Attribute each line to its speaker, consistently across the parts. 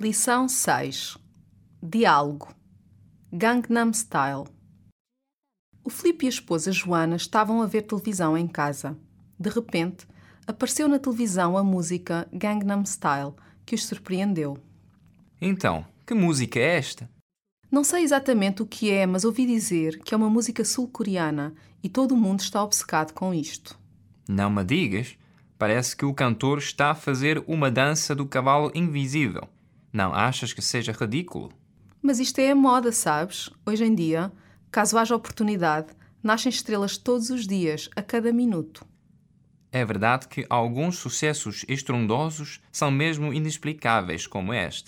Speaker 1: Lição 6 Diálogo Gangnam Style O Filipe e a esposa Joana estavam a ver televisão em casa. De repente, apareceu na televisão a música Gangnam Style, que os surpreendeu.
Speaker 2: Então, que música é esta?
Speaker 1: Não sei exatamente o que é, mas ouvi dizer que é uma música sul-coreana e todo o mundo está obcecado com isto.
Speaker 2: Não me digas. Parece que o cantor está a fazer uma dança do cavalo invisível. Não achas que seja ridículo?
Speaker 1: Mas isto é a moda, sabes? Hoje em dia, caso haja oportunidade, nascem estrelas todos os dias, a cada minuto.
Speaker 2: É verdade que alguns sucessos estrondosos são mesmo inexplicáveis, como este.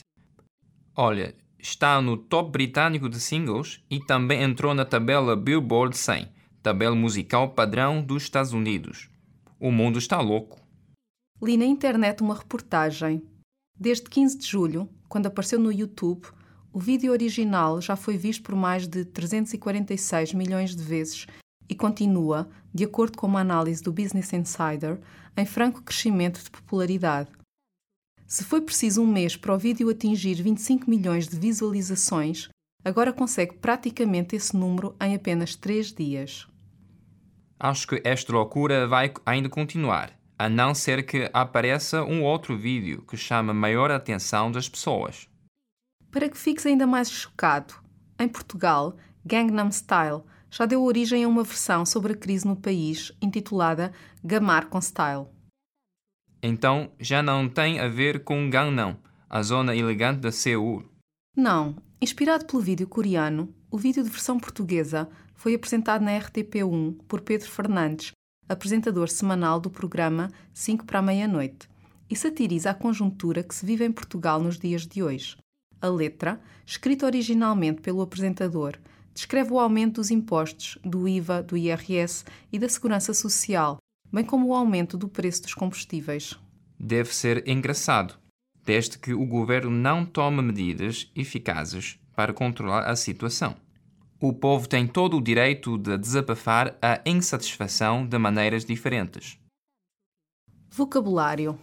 Speaker 2: Olha, está no top britânico de singles e também entrou na tabela Billboard 100, tabela musical padrão dos Estados Unidos. O mundo está louco.
Speaker 1: Li na internet uma reportagem. Desde 15 de julho, quando apareceu no YouTube, o vídeo original já foi visto por mais de 346 milhões de vezes e continua, de acordo com uma análise do Business Insider, em franco crescimento de popularidade. Se foi preciso um mês para o vídeo atingir 25 milhões de visualizações, agora consegue praticamente esse número em apenas 3 dias.
Speaker 2: Acho que esta loucura vai ainda continuar, a não ser que apareça um outro vídeo que chame maior atenção das pessoas.
Speaker 1: Para que fiques ainda mais chocado, em Portugal, Gangnam Style já deu origem a uma versão sobre a crise no país intitulada Gamar com Style.
Speaker 2: Então já não tem a ver com Gangnam, a zona elegante da Seul.
Speaker 1: Não, inspirado pelo vídeo coreano, o vídeo de versão portuguesa foi apresentado na RTP1 por Pedro Fernandes, apresentador semanal do programa 5 para a meia-noite, e satiriza a conjuntura que se vive em Portugal nos dias de hoje. A letra, escrita originalmente pelo apresentador, descreve o aumento dos impostos, do IVA, do IRS e da segurança social, bem como o aumento do preço dos combustíveis.
Speaker 2: Deve ser engraçado, desde que o governo não tome medidas eficazes para controlar a situação. O povo tem todo o direito de desabafar a insatisfação de maneiras diferentes.
Speaker 1: Vocabulário: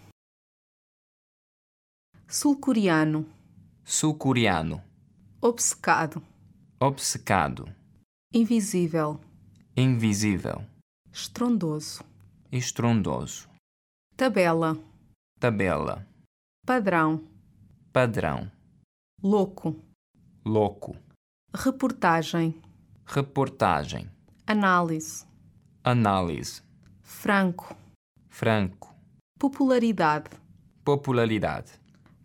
Speaker 1: Sul-coreano,
Speaker 2: Sul-coreano,
Speaker 1: obcecado,
Speaker 2: obcecado,
Speaker 1: invisível,
Speaker 2: invisível,
Speaker 1: estrondoso,
Speaker 2: estrondoso,
Speaker 1: tabela,
Speaker 2: tabela,
Speaker 1: padrão,
Speaker 2: padrão,
Speaker 1: louco,
Speaker 2: louco,
Speaker 1: reportagem,
Speaker 2: reportagem,
Speaker 1: análise,
Speaker 2: análise,
Speaker 1: franco,
Speaker 2: franco,
Speaker 1: popularidade,
Speaker 2: popularidade,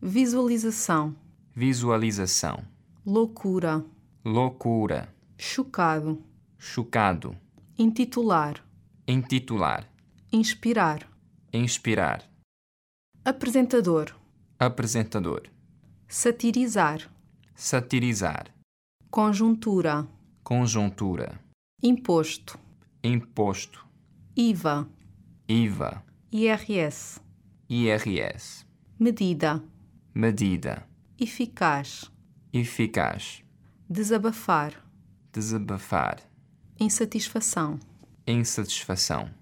Speaker 1: visualização,
Speaker 2: visualização,
Speaker 1: loucura,
Speaker 2: loucura,
Speaker 1: chocado,
Speaker 2: chocado,
Speaker 1: intitular,
Speaker 2: intitular,
Speaker 1: inspirar,
Speaker 2: inspirar,
Speaker 1: apresentador,
Speaker 2: apresentador,
Speaker 1: satirizar,
Speaker 2: satirizar,
Speaker 1: conjuntura,
Speaker 2: conjuntura,
Speaker 1: imposto,
Speaker 2: imposto,
Speaker 1: IVA,
Speaker 2: IVA,
Speaker 1: IRS,
Speaker 2: IRS,
Speaker 1: medida,
Speaker 2: medida,
Speaker 1: eficaz,
Speaker 2: eficaz,
Speaker 1: desabafar,
Speaker 2: desabafar,
Speaker 1: insatisfação.
Speaker 2: insatisfação.